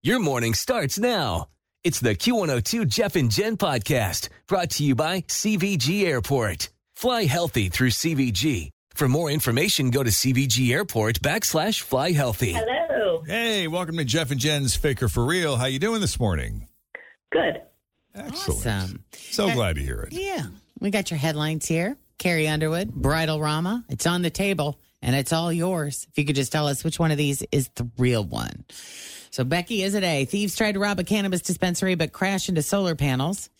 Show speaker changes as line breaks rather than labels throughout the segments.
Your morning starts now. It's the Q102 Jeff and Jen podcast brought to you by CVG Airport. Fly healthy through CVG. For more information, go to CVG Airport backslash fly healthy.
Hello.
Hey, welcome to Jeff and Jen's Faker for Real. How you doing this morning?
Good.
Excellent.
Awesome.
So glad to hear it.
Yeah. We got your headlines here. Carrie Underwood, Bridal Rama. It's on the table and it's all yours. If you could just tell us which one of these is the real one. So, Becky, is it A? Thieves tried to rob a cannabis dispensary but crash into solar panels.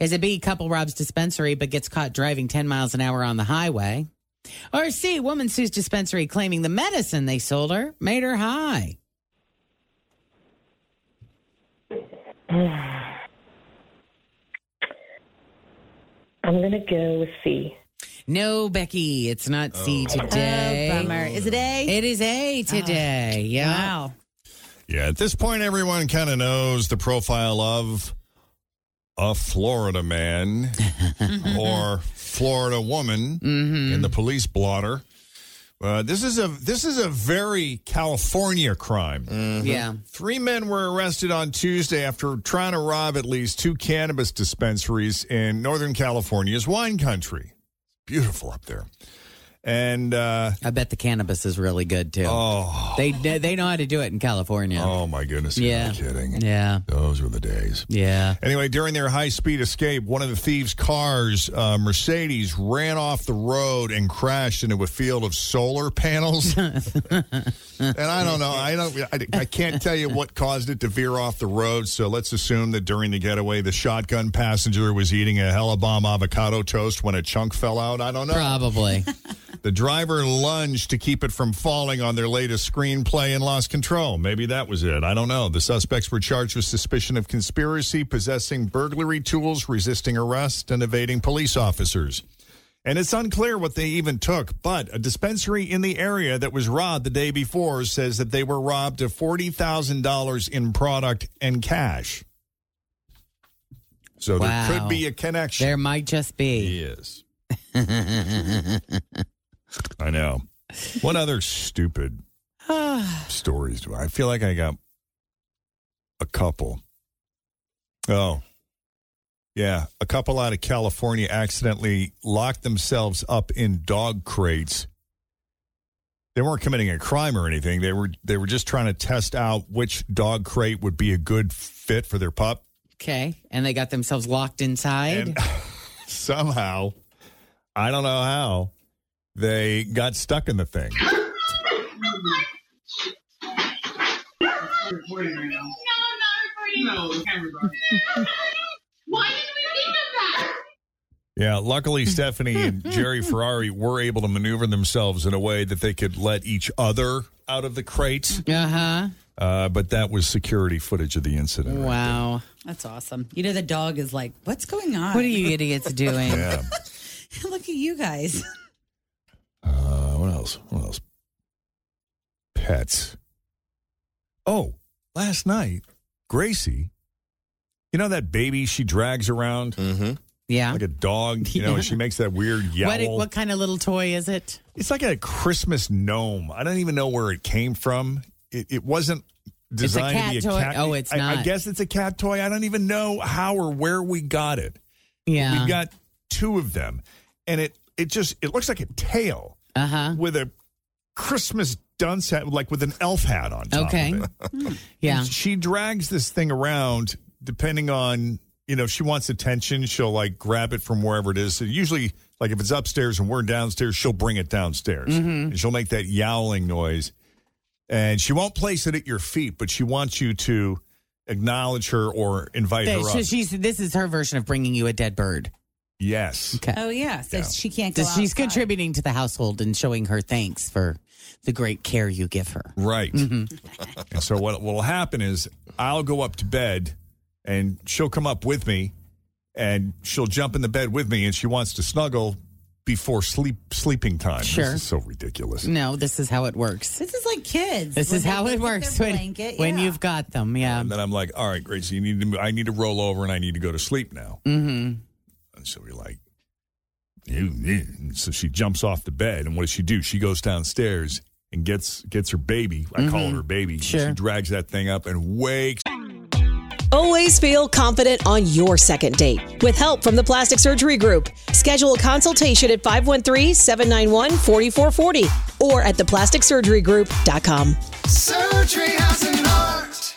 Is it B? Couple robs dispensary but gets caught driving 10 miles an hour on the highway. Or C? Woman sues dispensary claiming the medicine they sold her made her high.
I'm going to go with C.
No, Becky, it's not C today.
Oh, Bummer. Is it A? Oh,
It is A today. yeah.
Wow.
Yeah, at this point, everyone kind of knows the profile of a Florida man or Florida woman in the police blotter. Uh, this is a this is a very California crime.
Yeah.
Three men were arrested on Tuesday after trying to rob at least two cannabis dispensaries in Northern California's wine country. Beautiful up there. And uh,
I bet the cannabis is really good too.
oh,
They they know how to do it in California.
oh my goodness, yeah.
Yeah.
you're kidding.
Yeah.
Those were the days.
Yeah.
Anyway, during their high speed escape, one of the thieves' cars, uh, Mercedes, ran off the road and crashed into a field of solar panels. and I don't know. I don't. I, I can't tell you what caused it to veer off the road. So let's assume that during the getaway, the shotgun passenger was eating a Hellebomb avocado toast when a chunk fell out. I don't know.
Probably.
The driver lunged to keep it from falling on their latest screenplay and lost control. Maybe that was it. I don't know. The suspects were charged with suspicion of conspiracy, possessing burglary tools, resisting arrest, and evading police officers. And it's unclear what they even took, but a dispensary in the area that was robbed the day before says that they were robbed of $40,000 in product and cash. So there
Wow.
could be a connection.
there might just be.
He is. I know. What other stupid stories do I, I feel like I got a couple. Oh. Yeah, a couple out of California accidentally locked themselves up in dog crates. They weren't committing a crime or anything. They were they were just trying to test out which dog crate would be a good fit for their pup.
Okay. And they got themselves locked inside.
And somehow, I don't know how, they got stuck in the thing.
recording right now. No, I'm not recording. No, the camera's on. Why didn't we think of that?
Yeah, luckily
Hmm.
Stephanie and Jerry Ferrari were able to maneuver themselves in a way that they could let each other out of the crate.
Uh huh.
Uh, but that was security footage of the incident. right
Wow.
That's awesome. You know, the dog is like, what's going on?
What are you idiots doing?
there. Yeah.
Look at you guys.
Uh, what else? What else? Pets. Oh, last night, Gracie. You know that baby she drags around?
Hmm? Yeah.
like a dog. You know, and she makes that weird yowl.
What, what kind of little toy is it?
it's like a Christmas gnome. I don't even know where it came from. It, it wasn't
a
designed
cat
to be a
toy?
cat.
Oh, it's
I- I
not.
guess it's a cat toy. I don't even know how or where we got it.
Yeah.
We got two of them, and it it just it looks like a tail
uh huh.
with a Christmas dunce hat, like with an elf hat on. Top
Okay.
Of it.
Yeah.
She drags this thing around depending on, you know, if she wants attention, she'll like grab it from wherever it is. So usually, like if it's upstairs and we're downstairs, she'll bring it downstairs
Mm-hmm.
and she'll make that yowling noise. And she won't place it at your feet, but she wants you to acknowledge her or invite
That-
her
so
up.
she's this is her version of bringing you a dead bird.
yes.
Okay.
Oh yeah, so
Yeah.
she can't go.
So she's
outside.
contributing to the household and showing her thanks for the great care you give her.
Right.
Mm-hmm.
and so what will happen is I'll go up to bed and she'll come up with me and she'll jump in the bed with me and she wants to snuggle before sleep sleeping time.
Sure.
This is so ridiculous.
No, this is how it works.
This is like kids.
This
When
is
they
how
look
it
at their
works when,
blanket,
when
yeah.
you've got them. Yeah.
And then I'm like, all right, Gracie, you need to I need to roll over and I need to go to sleep now.
hmm
And so we're like, "You- you." And so she jumps off the bed, and what does she do? She goes downstairs and gets gets her baby. I call it her baby.
Mm-hmm. Sure.
She drags that thing up and wakes.
Always feel confident on your second date. With help from the Plastic Surgery Group, schedule a consultation at 513 791 4440 or at theplasticsurgerygroup.com.
Surgery has an art.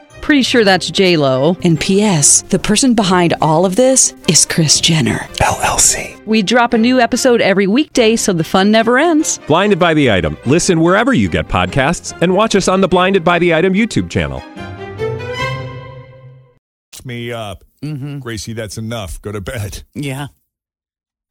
Pretty sure that's J Lo.
And P.S. The person behind all of this is Chris Jenner.
LLC.
We drop a new episode every weekday, so the fun never ends.
Blinded by the item. Listen wherever you get podcasts, and watch us on the Blinded by the Item YouTube channel.
me up.
hmm
Gracie, that's enough. Go to bed.
Yeah.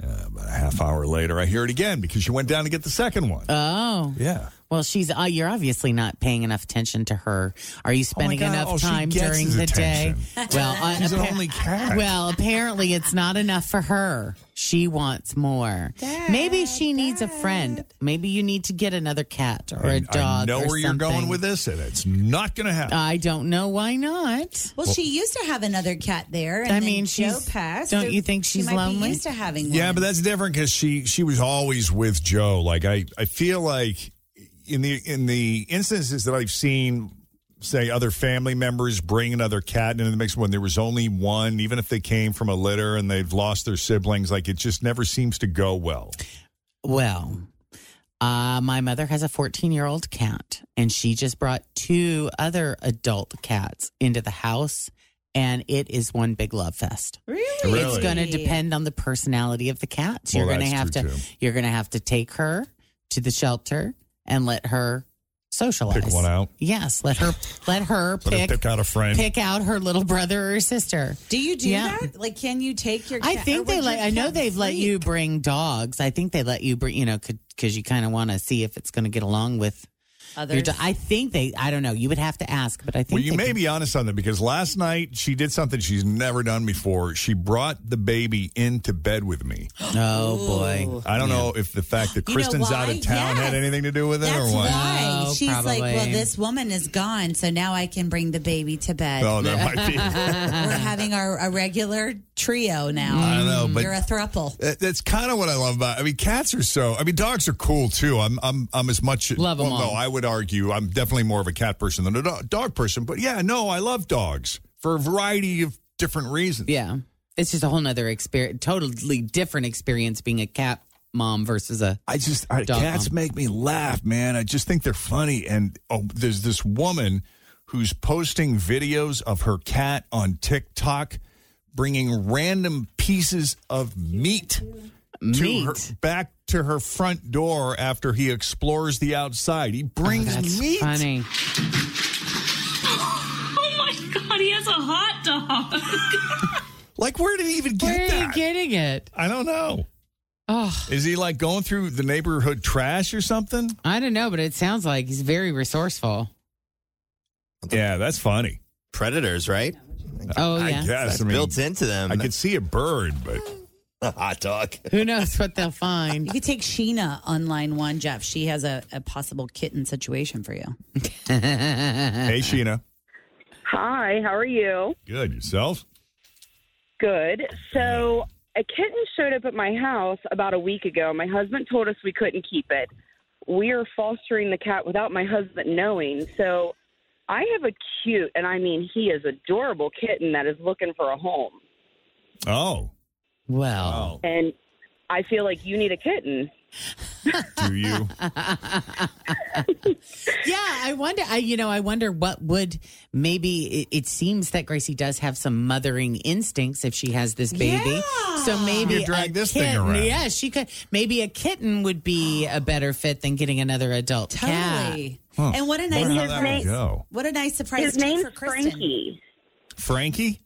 Uh, about a half hour later, I hear it again because she went down to get the second one.
Oh.
yeah.
Well, she's uh, you're obviously not paying enough attention to her. Are you spending
God.
enough
Oh, she
time
gets
during
his
the
attention.
day? Well, uh,
She's an
appa-
only cat.
Well, apparently it's not enough for her. She wants more. Maybe she needs a friend. Maybe you need to get another cat or
I-
a dog.
I know
or
where you're going
something. Oh.
with this, and it's not going to happen.
I don't know why not.
Well, she used to have another cat there. And
I
then
mean,
Joe
she's-
passed.
don't you think she's
she might
lonely?
Be used to having one.
Yeah, but that's different because she she was always with Joe. Like I I feel like in the in the instances that I've seen, say other family members bring another cat into the mix when there was only one, even if they came from a litter and they've lost their siblings, like it just never seems to go well.
Well, uh, my mother has a 14 year old cat, and she just brought two other adult cats into the house, and it is one big love fest.
really,
Really?
It's going to depend on the personality of the cats.
Well,
You're going to
that's
have to
true, too.
you're going to have to take her to the shelter and let her socialize.
Pick one out.
Yes, let her let her
Let her
pick
pick out a friend.
pick out her little brother or sister.
Do you do
Yeah.
that? Like, can you take your? Cat,
I think
or
they
would
let.
your
I know
cat
they've let
sleep?
you bring dogs. I think they let you bring. You know, because you kind of want to see if it's going to get along with your
Others.
dog. I think they. I don't know. You would have to ask, but I think
Well, you
they
may
could-
be on to something because last night she did something she's never done before. She brought the baby into bed with me.
Oh boy.
I don't know if the fact that
You know
Kristen's out
why?
of town
Yes.
had anything to do with it
That's
or what.
why
Oh,
she's like, well,
probably.
this woman is gone, so now I can bring the baby to bed.
Oh, that might be.
We're having our a regular trio now.
I don't know, but-
you're a thruple.
That- That's kind of what I love about. I mean, cats are so. I mean, dogs are cool too. I'm, I'm, I'm as much.
Love 'em
well, no,
all.
I would argue I'm definitely more of a cat person than a do- dog person. But yeah, no, I love dogs for a variety of different reasons.
Yeah, it's just a whole nother experience. Totally different experience being a cat mom versus a.
I just I,
Dog
cats
mom.
make me laugh, man. I just think they're funny. And oh, there's this woman who's posting videos of her cat on TikTok, bringing random pieces of meat, to her,
Meat?
back to her front door after he explores the outside. He brings
That's
meat.
funny.
Oh my god, he has a hot dog.
Like, where did he even get
Where are you
that?
getting it?
I don't know.
Oh,
Is he like going through the neighborhood trash or something?
I don't know, but it sounds like he's very resourceful.
Yeah, that's funny.
Predators, right?
Oh
I
yeah. Uh-huh.
guess.
That's
I mean,
built into them.
I could see a bird, but.
a hot dog.
Who knows what they'll
You
find?
could take Sheena on line one, Jeff. She has a, a possible kitten situation for you.
Hey, Sheena.
Hi, how are you?
Good. Yourself?
Good. So, a kitten showed up at my house about a week ago. My husband told us we couldn't keep it. we are fostering the cat without my husband knowing. So I have a cute, and I mean, he is adorable kitten that is looking for a home.
Oh.
Well.
And I feel like you need a kitten.
Do you?
yeah, I wonder. I you know, I wonder what would maybe. It, it seems that Gracie does have some mothering instincts if she has this baby. So maybe
You drag
a
this thing
kitten,
around.
Yeah, she could. Maybe a kitten would be a better fit than getting another adult
Totally.
Huh.
And what
Wonder
a nice
how that would
surprise.
go.
What a nice surprise
His
treat
name's
for Kristen.
Frankie.
Frankie?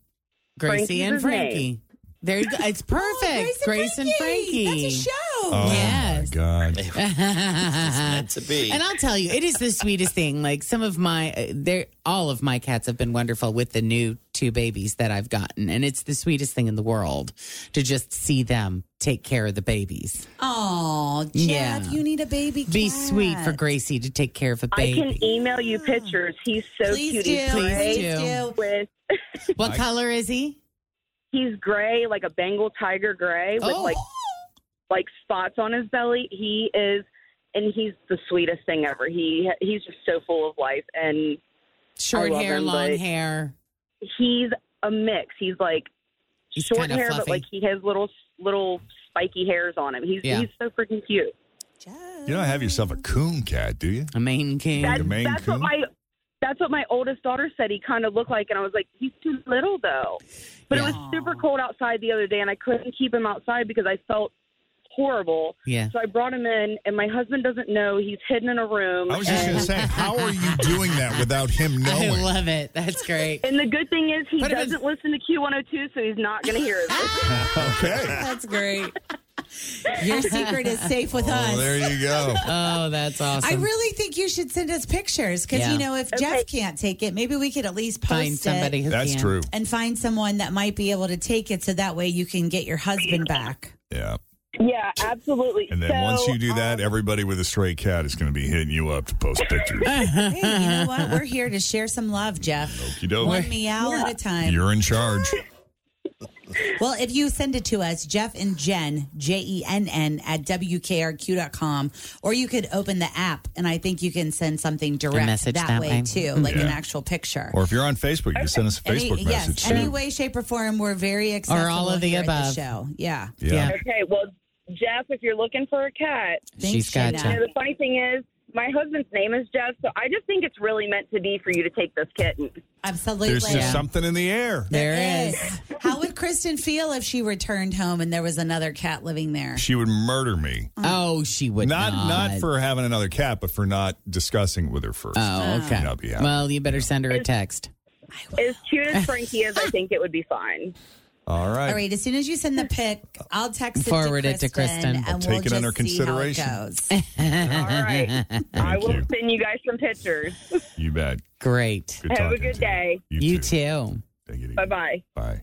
Gracie
Frankie's
and
his
Frankie.
name.
There you go. It's perfect. Oh, Grace, and Frankie.
That's a show.
Oh,
Yes.
my God.
meant to be.
And I'll tell you, it is the sweetest thing. Like some of my, they're, all of my cats have been wonderful with the new two babies that I've gotten. And it's the sweetest thing in the world to just see them take care of the babies.
Oh, Jeff,
Yeah.
you need a baby. Cat.
Be sweet for Gracie to take care of a
I
baby.
can email you pictures. He's so
Please
cute.
do.
He's gray
Please do.
with
What color is he?
he's gray, like a Bengal tiger gray with
Oh.
like like spots on his belly. He is and he's the sweetest thing ever. He he's just so full of life and
Short
love
hair,
him,
long
but-
hair.
he's a mix. He's like
He's
short
kinda
hair but
fluffy.
like he has little little spiky hairs on him. He's
Yeah.
he's so freaking cute.
Jeff.
You don't have yourself a coon cat, do you?
A Maine King.
That's,
Maine
that's
Coon?
what my that's what my oldest daughter said he kind of looked like, and I was like, he's too little though. But
Yeah.
it was super cold outside the other day, and I couldn't keep him outside because I felt horrible.
Yeah.
So I brought him in, and my husband doesn't know he's hidden in a room.
I was just going to say, how are you doing that without him
I
knowing?
love it. That's great.
and the good thing is he
Put him in-
doesn't listen to Q102, so he's not going to hear it.
okay.
That's great. Your secret is safe with
Oh,
us.
there you go.
Oh, that's awesome.
I really think you should send us pictures because
Yeah.
you know if Jeff can't take it, maybe we could at least post
find somebody
it
who
That's
can.
true.
and find someone that might be able to take it, so that way you can get your husband back.
Yeah.
yeah, absolutely.
And then
So,
once you do that,
um,
everybody with a stray cat is going to be hitting you up to post pictures.
Hey, you know what? We're here to share some love, Jeff.
Okey doke.
One meow at a time.
You're in charge.
Well, if you send it to us, Jeff and Jen, J E N N, at WKRQ.com, or you could open the app and I think you can send something direct
message
that,
that
way,
way. Mm-hmm.
too, like an
Yeah.
actual picture.
Or if you're on Facebook, you can send us a
Any-
Facebook message.
yes,
too.
any way, shape, or form, we're very accessible.
all of the
here at
above.
show, yeah.
yeah.
okay, well, Jeff, if you're looking for a cat,
She's
Thanks,
gotcha.
you know,
Shayna.
the funny thing is. My husband's name is Jeff, so I just think it's really meant to be for you to take this kitten.
Absolutely.
There's just something in the air.
There is.
How would Kristen feel if she returned home and there was another cat living there?
She would murder me.
Oh, she would
Not
not.
not for having another cat, but for not discussing with her first.
Oh, okay.
I'll be out.
Well, you better send her a text.
As cute as Frankie is, I think it would be fine.
All right.
All right. As soon as you send the pic, I'll text it
Forward
to
it to
Kristen.
Kristen.
and
We'll
we'll
take it under
just see how it
consideration.
goes.
All right. I will
you.
send you guys some pictures.
You bet.
Great.
Good
Have a
talking
good
to
day.
You,
You too.
Take it easy.
Bye bye.
Bye.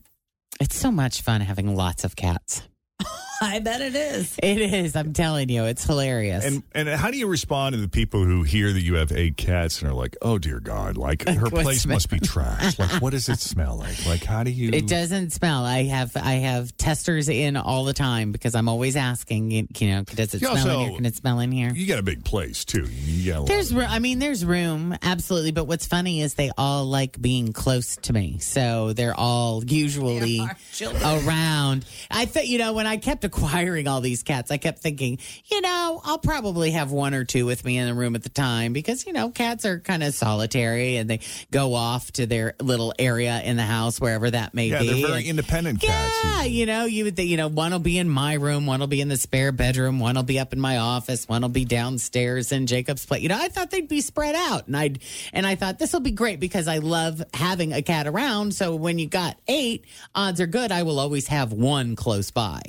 It's so much fun having lots of cats.
I bet it is.
It is. I'm telling you, it's hilarious.
And and how do you respond to the people who hear that you have eight cats and are like, "Oh dear God, like her
What's
place
the-
must be trash. Like, what does it smell like? Like, how do you?"
it doesn't smell. I have I have testers in all the time because I'm always asking. You you know, does it
You
smell
also-
in here? Can it smell in here?
You got a big place too. You got a lot
There's
of-
room. I mean, there's room, absolutely. But what's funny is they all like being close to me, so they're all usually
They are children.
around. I thought, you know, when I kept acquiring all these cats, I kept thinking, you know, I'll probably have one or two with me in the room at the time because you know, cats are kind of solitary and they go off to their little area in the house, wherever that may
yeah,
be.
they're very
And-
independent cats.
yeah, "Ah, you know, you would think, you know, one will be in my room, one will be in the spare bedroom, one will be up in my office, one will be downstairs in Jacob's place. You know, I thought they'd be spread out, and I and I thought this will be great because I love having a cat around. So when you got eight, odds are good I will always have one close by.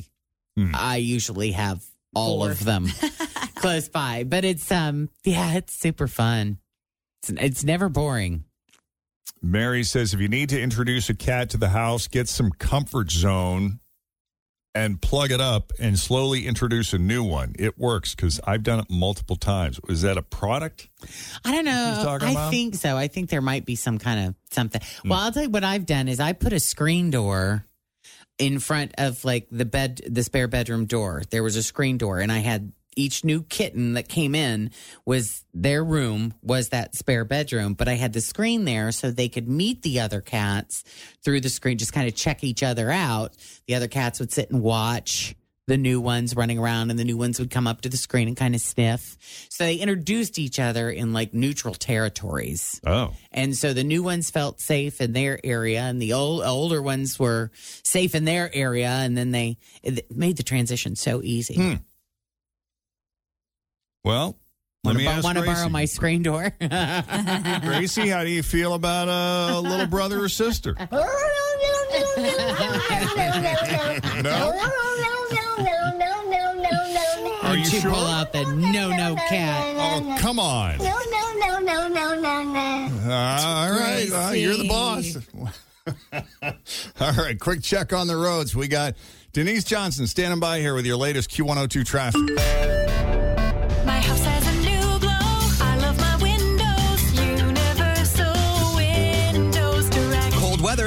Hmm.
I usually have all
Four.
of them close by, but it's um, yeah, it's super fun. It's, it's never boring.
Mary says if you need to introduce a cat to the house, get some comfort zone and plug it up and slowly introduce a new one. It works because I've done it multiple times. Is that a product?
I don't
That's what he's
know.
talking
I
about? Hmm.
think so. I think there might be some kind of something. Well, I'll tell you what I've done is I put a screen door in front of like the bed, the spare bedroom door. There was a screen door, and I had each new kitten that came in was their room was that spare bedroom, but I had the screen there so they could meet the other cats through the screen, just kind of check each other out. The other cats would sit and watch the new ones running around and the new ones would come up to the screen and kind of sniff. So they introduced each other in like neutral territories.
Oh.
And so the new ones felt safe in their area, and the old older ones were safe in their area, and then they it made the transition so easy.
Hmm. Well, let
Wanna
me
bo-
ask
wanna
Gracie.
borrow my screen door?
Gracie, how do you feel about a little brother or sister? No. Are you
She
sure?
pull out the no no cat.
Oh, come on.
No, no, no, no, no, no, no.
Uh, all right, uh, you're the boss. All right, quick check on the roads. We got Denise Johnson standing by here with your latest Q102 traffic.
My house has a new glow. I love my windows. Universal windows direct.
Cold weather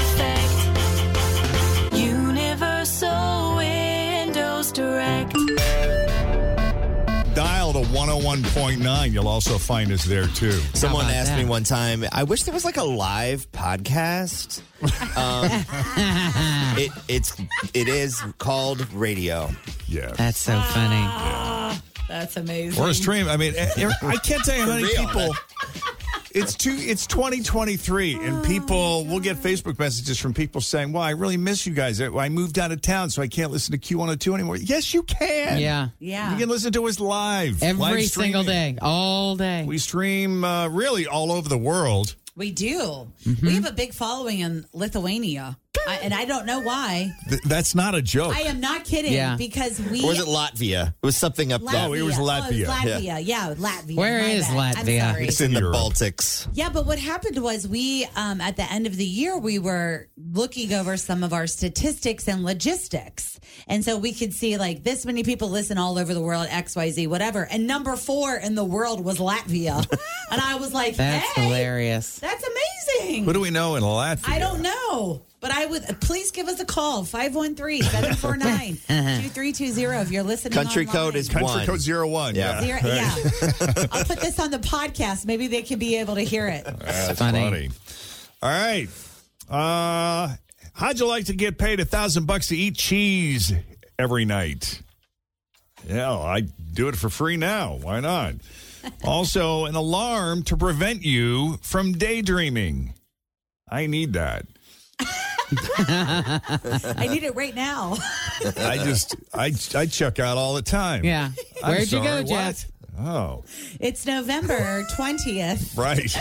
effect. Universal Windows Direct.
Dial to 101.9. You'll also find us there, too.
Someone asked me one time, I wish there was like a live podcast. Um, it, it's, it is called radio.
Yeah.
That's so
Ah.
funny.
That's amazing.
Or a stream. I mean, eh, eh, I can't tell you how many
Real.
people. It's two. It's 2023, and people will get Facebook messages from people saying, "Well, I really miss you guys. I- I moved out of town, so I can't listen to Q102 anymore." Yes, you can.
Yeah.
Yeah.
You can listen to us live
Every
live
single
streaming.
day, all day.
We stream uh, really all over the world.
We do.
Mm-hmm.
We have a big following in Lithuania, I, and I don't know why.
Th- that's not a joke.
I am not kidding
Yeah.
because we.
Or was it Latvia? It was something up there.
Latvia. Oh, it was Latvia. Yeah. Latvia.
Where
My
is
bad. I'm sorry.
It's in the Baltics.
Yeah, but what happened was we, um, at the end of the year, we were looking over some of our statistics and logistics. And so we could see like this many people listen all over the world, XYZ, whatever. And number four in the world was Latvia. and I was like,
That's
hey,
hilarious.
that's amazing.
Who do we know in Latvia?
I don't know. But I would please give us a call 513 749 2320 if you're listening.
Country code
online.
is
Country
one.
code zero one. Yeah.
Zero- yeah. I'll put this on the podcast. Maybe they can be able to hear it.
That's funny. All right. Uh, how'd you like to get paid a thousand bucks to eat cheese every night? Yeah, I do it for free now. Why not? also, an alarm to prevent you from daydreaming. I need that.
I need it right now.
I just I I check out all the time.
Yeah.
I'm
Where'd you go,
sorry, what?
Jeff?
Oh,
It's November 20th.
right.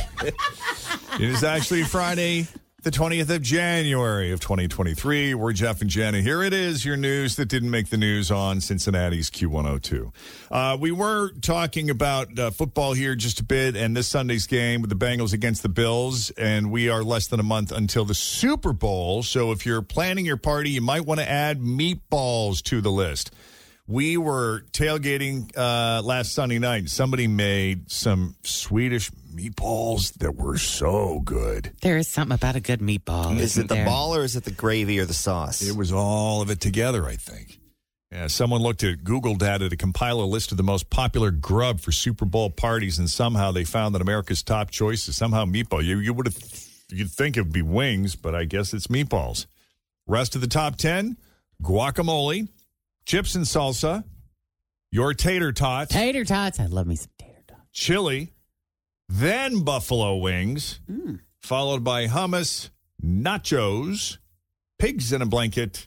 it is actually Friday, the 20th of January of 2023. We're Jeff and Jenna. Here it is, your news that didn't make the news on Cincinnati's Q102. Uh, we were talking about uh, football here just a bit and this Sunday's game with the Bengals against the Bills, and we are less than a month until the Super Bowl. So if you're planning your party, you might want to add meatballs to the list. We were tailgating uh, last Sunday night. Somebody made some Swedish meatballs that were so good.
There is something about a good meatball.
Is
isn't
it the
there?
ball or is it the gravy or the sauce?
It was all of it together, I think. Yeah, someone looked at Google data to compile a list of the most popular grub for Super Bowl parties, and somehow they found that America's top choice is somehow meatball. You you would have you'd think it'd be wings, but I guess it's meatballs. Rest of the top ten: guacamole, chips and salsa, your tater tots,
Tater tots. I love me some tater
chili, then buffalo wings,
Mm.
followed by hummus, nachos, pigs in a blanket,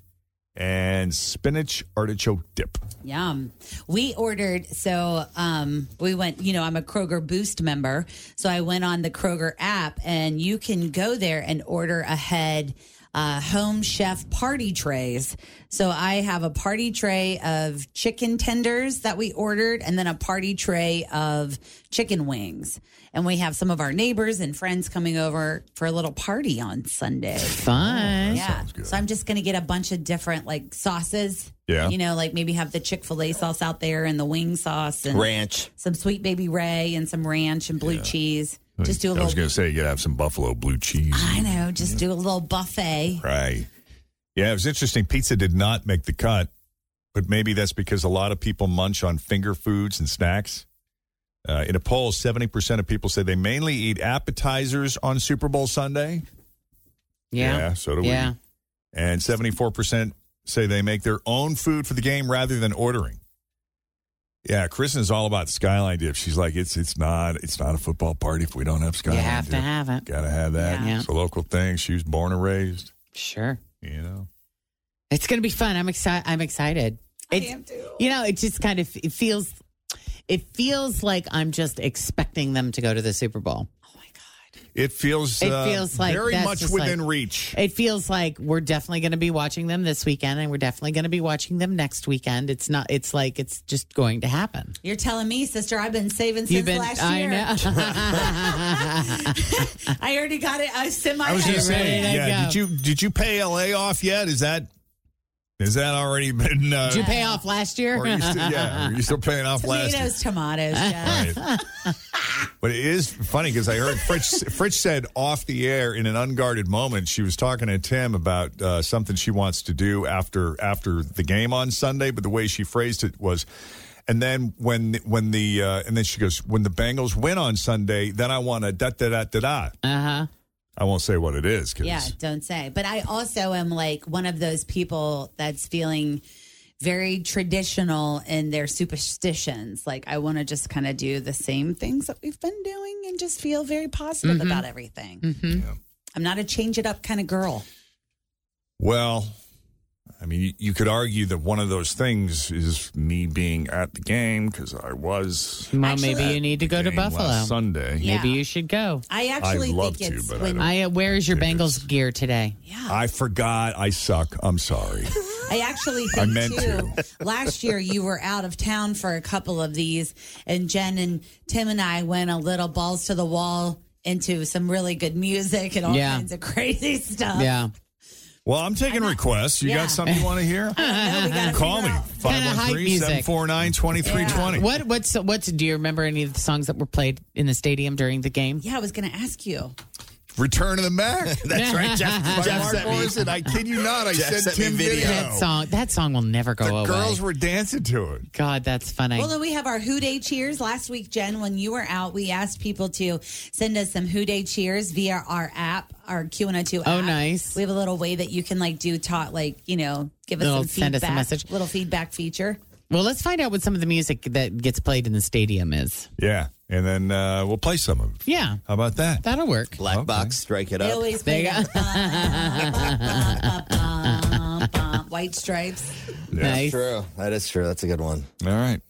and spinach artichoke dip.
Yum. We ordered, so um, we went, you know, I'm a Kroger Boost member. So I went on the Kroger app and you can go there and order ahead uh, home chef party trays. So I have a party tray of chicken tenders that we ordered, and then a party tray of chicken wings. And we have some of our neighbors and friends coming over for a little party on Sunday.
Fun.
Yeah. So I'm just going to get a bunch of different like sauces.
Yeah.
You know, like maybe have the Chick fil A sauce out there and the wing sauce and
Ranch.
some sweet baby Ray and some ranch and blue cheese. Just do a
I was
little, Ah.
going to say you got to have some buffalo blue cheese.
I know, just do a little buffet.
Right. Yeah, it was interesting. Pizza did not make the cut, but maybe that's because a lot of people munch on finger foods and snacks. Uh, in a poll, 70% of people said they mainly eat appetizers on Super Bowl Sunday.
Yeah.
so do
Yeah.
we. And 74% say they make their own food for the game rather than ordering. Yeah, Kristen is all about skyline dip. She's like, it's it's not it's not a football party if we don't have skyline.
you have to
dip.
have it.
Gotta have that.
Yeah.
It's a local thing. She was born and raised.
Sure.
You know.
It's going to be fun. I'm excited. I'm excited. It's, I am too. You know, it just kind of it feels it feels like I'm just expecting them to go to the Super Bowl.
It feels
It
uh,
feels like
very
that's
much
just like-
within reach.
It feels like we're definitely going to be watching them this weekend and we're definitely going to be watching them next weekend. It's not it's like it's just going to happen.
You're telling me, sister, I've been saving since
You've been-
last
I
year. I, already got it. I semi.
I was going to say,
ready to
yeah.
go.
Did you did you pay LA off yet? Is that is that already been? Uh,
Did you pay off last year?
Or are you still, yeah, are you still paying off last? year?
tomatoes, tomatoes. Jeff.
But it is funny because I heard Fritch, Fritch said off the air in an unguarded moment she was talking to Tim about uh, something she wants to do after after the game on Sunday. But the way she phrased it was, and then when when the uh, and then she goes when the Bengals win on Sunday, then I want to da da da da da.
Uh huh.
I won't say what it is because
Yeah, don't say. But I also am like one of those people that's feeling very traditional in their superstitions. Like I want to just kind of do the same things that we've been doing and just feel very positive
Mhm.
about everything.
Mm-hmm.
I'm not a change it up kind of girl.
Well, I mean, you, you could argue that one of those things is me being at the game because I was.
Well, maybe you need to go to
game last
Buffalo.
Sunday.
Maybe you should go.
I
actually I'd love think to, it's but I when- don't-
I, uh, where is your Bengals gear today?
I forgot. I suck. I'm sorry.
I actually
I
think
meant
too. last year you were out of town for a couple of these, and Jen and Tim and I went a little balls to the wall into some really good music and all
Yeah.
kinds of crazy stuff.
Yeah.
Well, I'm taking requests. You
Yeah.
got something you want to hear? Call me.
Kinda hype music.
513-749-2320.
What what's what's do you remember any of the songs that were played in the stadium during the game?
Yeah, I was going to ask you.
Return of the Mac.
That's right, Jeff-
By
Jeff
Mark
sent me-
Morrison. I kid you not. I
Jeff
said
sent me
Tim
video.
video.
That song- that song will never go
the
away.
Girls were dancing to it.
God, that's funny.
Well, then we have our Who Day cheers. Last week, Jen, when you were out, we asked people to send us some Who Day cheers via our app, our Q102 app.
Oh, nice.
We have a little way that you can like do talk, like, you know, give us
Little
some feedback.
send us a message.
Little feedback feature.
Well, let's find out what some of the music that gets played in the stadium is.
Yeah. And then uh, we'll play some of it.
Yeah,
How about that?
that'll work.
Black Box, strike it
They always play that. Um, White Stripes.
That's
Nice.
true. That is true. That's a good one.
All right.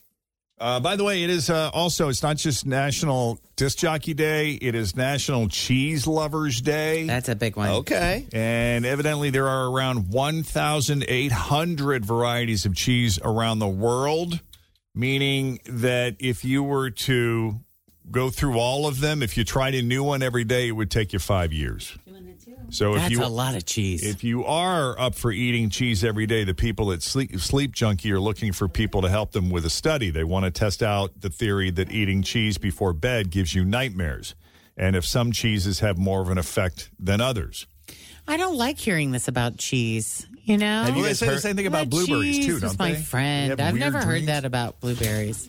Uh, by the way, it is uh, also, it's not just National Disc Jockey Day, it is National Cheese Lovers Day.
That's a big one.
Oh,
Okay.
And evidently, there are around 1,800 varieties of cheese around the world, meaning that if you were to go through all of them, if you tried a new one every day, it would take you five years. So if
That's
you
a lot of cheese.
if you are up for eating cheese every day, the people at Sleep, Sleep Junkie are looking for people to help them with a study. They want to test out the theory that eating cheese before bed gives you nightmares, and if some cheeses have more of an effect than others.
I don't like hearing this about cheese. You know,
Have you Well, they guys say the heard- same thing about
My
blueberries,
cheese
too,
is
don't
my
they?
friend,
They have
I've
weird
never
dreams.
heard that about blueberries.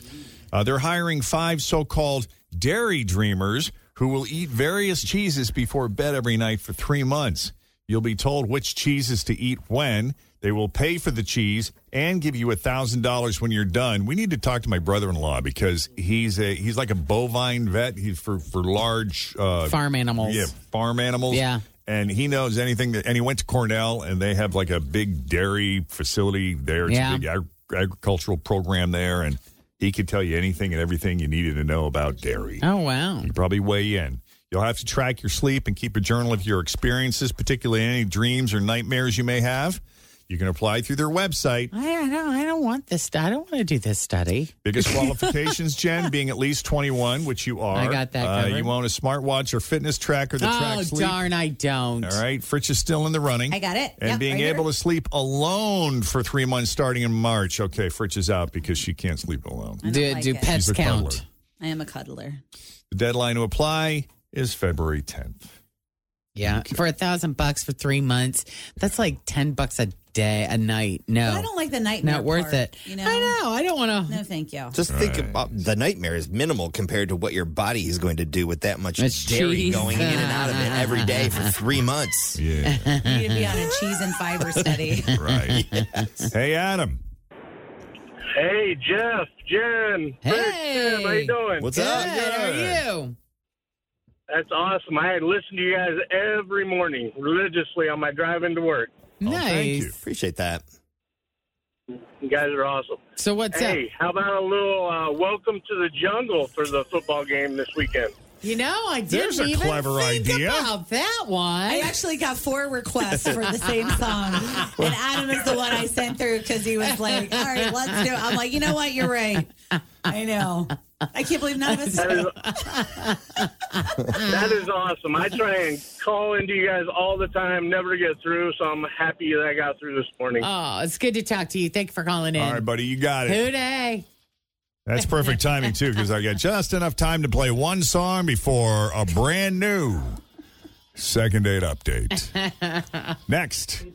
Uh, they're hiring five so called dairy dreamers who will eat various cheeses before bed every night for three months. You'll be told which cheeses to eat when. They will pay for the cheese and give you $1,000 when you're done. We need to talk to my brother in law because he's a he's like a bovine vet. He's for, for large uh,
Farm animals.
Yeah, farm animals.
Yeah.
And he knows anything that, and he went to Cornell, and they have like a big dairy facility there. It's
Yeah.
a big ag- agricultural program there, and he could tell you anything and everything you needed to know about dairy.
Oh wow,
You probably weigh in. You'll have to track your sleep and keep a journal of your experiences, particularly any dreams or nightmares you may have. You can apply through their website.
I don't know. I don't want this. I don't want to do this study.
Biggest qualifications, Jen, being at least 21, which you are.
I got that
Uh,
covered.
you own a smartwatch or fitness tracker that
oh,
tracks sleep.
darn, I don't.
All right, Fritz is still in the running.
I got it.
And
Yep,
being
right
able to sleep alone for three months starting in March. Okay, Fritz is out because she can't sleep alone.
I don't Do- like do it. pets
She's a cuddler.
count?
I am a cuddler.
The deadline to apply is February 10th.
Yeah, for a thousand bucks for three months, that's like ten bucks a day, a night. No,
But I don't like the nightmare.
Oh. Not worth
part,
it.
You know? I
know. I don't want
to. No, thank you.
Just think about the nightmare is minimal compared to what your body is going to do with that much dairy
cheese.
going in and out of it every day for three months.
Yeah.
You need to be on a cheese and fiber study.
right. Hey, Adam.
Hey, Jeff, Jen. Hey. Tim, how you doing?
What's up? Good, how
are you?
That's awesome. I listen to you guys every morning religiously on my drive into work.
Nice.
thank you. Appreciate that.
You guys are awesome.
So what's
hey,
up?
how about a little uh, welcome to the jungle for the football game this weekend?
You know, I didn't
There's a
even
clever
think
idea.
about that one.
I actually got four requests for the same song, and Adam is the one I sent through because he was like, "All right, let's do." it. I'm like, you know what? You're right. I know. I can't believe none of us.
That is, that is awesome. I try and call into you guys all the time, never get through, so I'm happy that I got through this morning.
Oh, it's good to talk to you. Thank you for calling in.
All right, buddy, you got it.
Who day?
That's perfect timing, too, because I got just enough time to play one song before a brand new second date update. Next,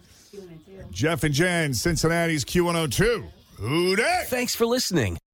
Jeff and Jen, Cincinnati's Q102. Who dat?
Thanks for listening